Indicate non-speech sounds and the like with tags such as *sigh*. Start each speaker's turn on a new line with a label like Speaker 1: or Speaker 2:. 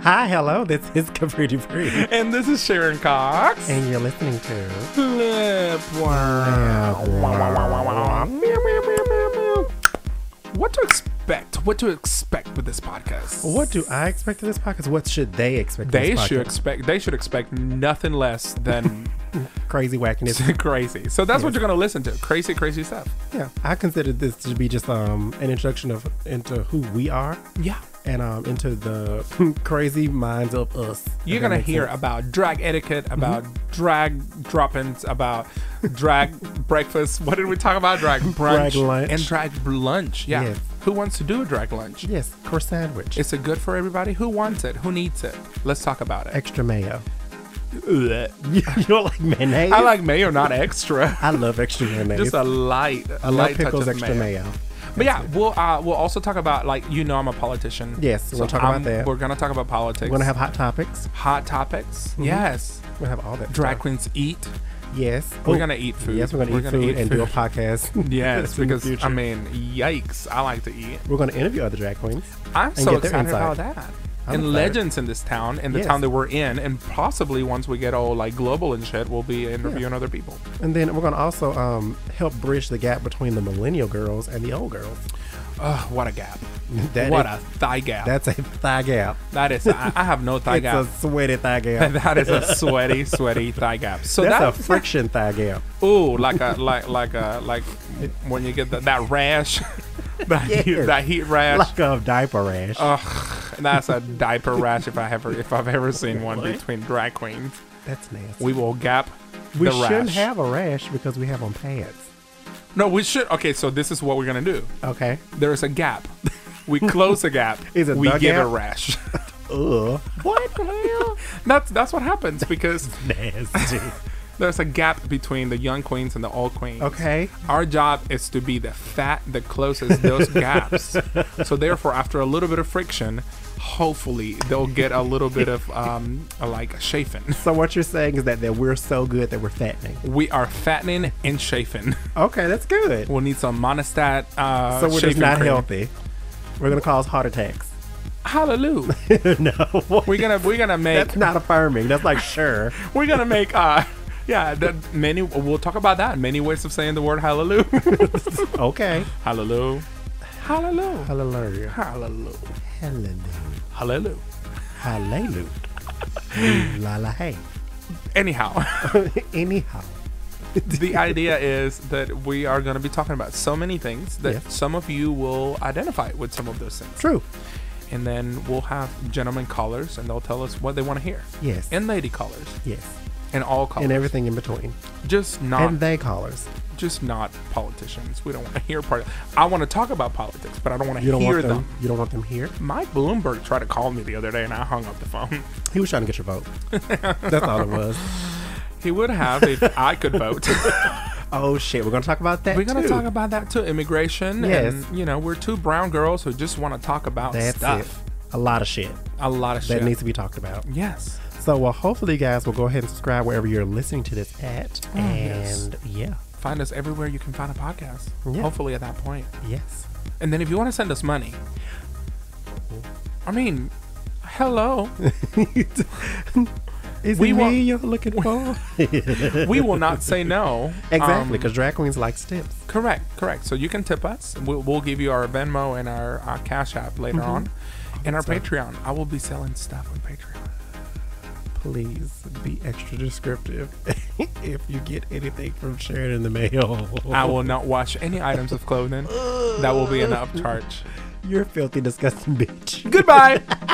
Speaker 1: Hi, hello. This is *laughs* Cabrini Bree,
Speaker 2: And this is Sharon Cox.
Speaker 1: and you're listening to.
Speaker 2: Flip. Wow. Meow, meow, meow, meow, meow. What to expect? What to expect with this podcast?
Speaker 1: What do I expect of this podcast? What should they expect? of
Speaker 2: they
Speaker 1: this podcast?
Speaker 2: should expect? They should expect nothing less
Speaker 1: *laughs*
Speaker 2: than *laughs*
Speaker 1: crazy wackiness.
Speaker 2: crazy. So that's what you're gonna listen to. Crazy, crazy stuff.
Speaker 1: yeah, I consider this to be just um an introduction of into who we are
Speaker 2: Yeah.
Speaker 1: and um into the *laughs* crazy minds of us.
Speaker 2: You're
Speaker 1: If that
Speaker 2: gonna
Speaker 1: makes sense.
Speaker 2: hear
Speaker 1: Mm-hmm.
Speaker 2: about drag etiquette, about drag drop-ins, about
Speaker 1: *laughs*
Speaker 2: drag breakfast. What did we talk about? Drag
Speaker 1: Drag
Speaker 2: brunch
Speaker 1: lunch.
Speaker 2: and drag lunch. Yeah.
Speaker 1: Yes.
Speaker 2: Who wants to do a drag lunch?
Speaker 1: yes, course sandwich,
Speaker 2: Is it good for everybody? Who wants it? Who needs it? Let's talk about it.
Speaker 1: extra mayo. *laughs* you don't like mayonnaise?
Speaker 2: I like mayo, not extra. *laughs*
Speaker 1: I love extra mayonnaise.
Speaker 2: Just a light, a
Speaker 1: no
Speaker 2: light
Speaker 1: pickles,
Speaker 2: touch of
Speaker 1: extra
Speaker 2: mayo.
Speaker 1: mayo.
Speaker 2: But yeah, we'll uh, we'll also talk about like you know I'm a politician.
Speaker 1: Yes, we'll talk about that.
Speaker 2: We're gonna talk about politics.
Speaker 1: We're gonna have Mm-hmm. hot topics.
Speaker 2: hot topics. Yes,
Speaker 1: We're gonna have all that.
Speaker 2: drag
Speaker 1: stuff.
Speaker 2: queens eat.
Speaker 1: Yes.
Speaker 2: We're
Speaker 1: Ooh.
Speaker 2: gonna eat food.
Speaker 1: Yes, we're gonna eat food and do a podcast.
Speaker 2: *laughs* Yes,
Speaker 1: *laughs* *laughs* in the
Speaker 2: because I
Speaker 1: future.
Speaker 2: mean, yikes! I like to eat.
Speaker 1: we're gonna interview other drag queens.
Speaker 2: I'm so
Speaker 1: get their
Speaker 2: excited about
Speaker 1: insight.
Speaker 2: that.
Speaker 1: I'm
Speaker 2: and
Speaker 1: excited.
Speaker 2: legends in this town, in the
Speaker 1: Yes.
Speaker 2: town that we're in, and possibly once we get all like global and shit, we'll be interviewing other people.
Speaker 1: And then we're gonna also um, help bridge the gap between the millennial girls and the old girls. *laughs*
Speaker 2: Ugh, what a gap!
Speaker 1: That
Speaker 2: what
Speaker 1: is-
Speaker 2: a thigh gap!
Speaker 1: that's a thigh gap.
Speaker 2: that is, I, I have no thigh
Speaker 1: It's
Speaker 2: gap. *laughs*
Speaker 1: a sweaty thigh gap.
Speaker 2: that is a sweaty, sweaty thigh gap. So
Speaker 1: that's a
Speaker 2: that's that,
Speaker 1: friction thigh
Speaker 2: *laughs*
Speaker 1: gap.
Speaker 2: ooh, like a, like, like a, like when you get that that rash, *laughs* that, heat,
Speaker 1: Yes.
Speaker 2: that heat rash.
Speaker 1: Like a diaper rash.
Speaker 2: Uh, Ugh, that's a diaper rash if I ever, if I've ever seen one between drag queens.
Speaker 1: that's nasty.
Speaker 2: We will gap
Speaker 1: We
Speaker 2: the
Speaker 1: shouldn't
Speaker 2: rash.
Speaker 1: have a rash because we have on pads.
Speaker 2: No, we should. Okay, so this is what we're gonna do.
Speaker 1: Okay.
Speaker 2: There is a gap. *laughs* We close a gap.
Speaker 1: Is it
Speaker 2: we
Speaker 1: the
Speaker 2: give
Speaker 1: gap?
Speaker 2: a rash.
Speaker 1: Ugh. What? Well,
Speaker 2: *laughs* that's that's what happens because
Speaker 1: *laughs*
Speaker 2: *laughs*
Speaker 1: nasty.
Speaker 2: there's a gap between the young queens and the old queens.
Speaker 1: Okay.
Speaker 2: Our job is to be the fat that closes
Speaker 1: *laughs*
Speaker 2: those gaps. So therefore, after a little bit of friction, hopefully they'll get a little bit of um a, like chafing.
Speaker 1: So what you're saying is that, that we're so good that we're fattening.
Speaker 2: We are fattening and chafing.
Speaker 1: Okay, that's good.
Speaker 2: We'll need some monostat. Uh,
Speaker 1: So we're just
Speaker 2: chafing
Speaker 1: not
Speaker 2: cream.
Speaker 1: healthy. We're gonna cause heart attacks.
Speaker 2: Hallelujah.
Speaker 1: *laughs* no.
Speaker 2: We're gonna
Speaker 1: *laughs*
Speaker 2: we're gonna make
Speaker 1: That's not affirming. That's like sure.
Speaker 2: We're gonna make uh yeah, the many we'll talk about that. Many ways of saying the word hallelujah.
Speaker 1: Okay.
Speaker 2: hallelujah. Hallelujah.
Speaker 1: Hallelujah.
Speaker 2: Hallelujah.
Speaker 1: Hallelujah.
Speaker 2: Hallelujah.
Speaker 1: Hallelujah. La la *laughs* hey.
Speaker 2: Anyhow, *laughs*
Speaker 1: Anyhow.
Speaker 2: the idea is that we are going to be talking about so many things that
Speaker 1: Yes.
Speaker 2: some of you will identify with some of those things.
Speaker 1: True.
Speaker 2: And then we'll have gentlemen callers and they'll tell us what they want to hear.
Speaker 1: Yes.
Speaker 2: And lady callers
Speaker 1: yes. Ah.
Speaker 2: and all callers.
Speaker 1: And everything in between.
Speaker 2: just not
Speaker 1: And they callers.
Speaker 2: just not politicians. We don't want to hear part. I want to talk about politics, but I don't want to
Speaker 1: You don't
Speaker 2: hear
Speaker 1: want them,
Speaker 2: them.
Speaker 1: You don't want them here.
Speaker 2: Mike Bloomberg tried to call me the other day and I hung up the phone. *laughs*
Speaker 1: He was trying to get your vote. That's all it *laughs* was.
Speaker 2: He would
Speaker 1: *laughs*
Speaker 2: have if I could vote.
Speaker 1: Oh shit. We're gonna talk about that.
Speaker 2: We're going to
Speaker 1: too.
Speaker 2: talk about that too immigration.
Speaker 1: Yes.
Speaker 2: And, you know, we're two brown girls who just want to talk about
Speaker 1: That's
Speaker 2: stuff.
Speaker 1: it. A lot of shit
Speaker 2: A lot of
Speaker 1: that
Speaker 2: shit.
Speaker 1: needs to be talked about.
Speaker 2: yes.
Speaker 1: So well hopefully you guys will go ahead and subscribe wherever you're listening to this at.
Speaker 2: Oh, yes.
Speaker 1: and yeah.
Speaker 2: Find us everywhere you can find a podcast.
Speaker 1: Yeah.
Speaker 2: Hopefully at that point. *laughs*
Speaker 1: Yes.
Speaker 2: And then if you want to send us money, I mean,
Speaker 1: *laughs*
Speaker 2: hello.
Speaker 1: Is
Speaker 2: We
Speaker 1: it
Speaker 2: want-
Speaker 1: me you're looking
Speaker 2: *laughs*
Speaker 1: for?
Speaker 2: we will not say no. Um,
Speaker 1: Exactly, because drag queens like tips.
Speaker 2: Correct, correct. So you can tip us. We'll, we'll give you our Venmo and our, our Cash App later
Speaker 1: Mm-hmm.
Speaker 2: on, and our Patreon. I will be selling stuff on Patreon.
Speaker 1: Please be extra descriptive *laughs* if you get anything from Sharon in the mail.
Speaker 2: I will not wash any items
Speaker 1: *gasps* *laughs*
Speaker 2: of clothing. That will be an upcharge.
Speaker 1: You're a filthy, disgusting bitch.
Speaker 2: Goodbye.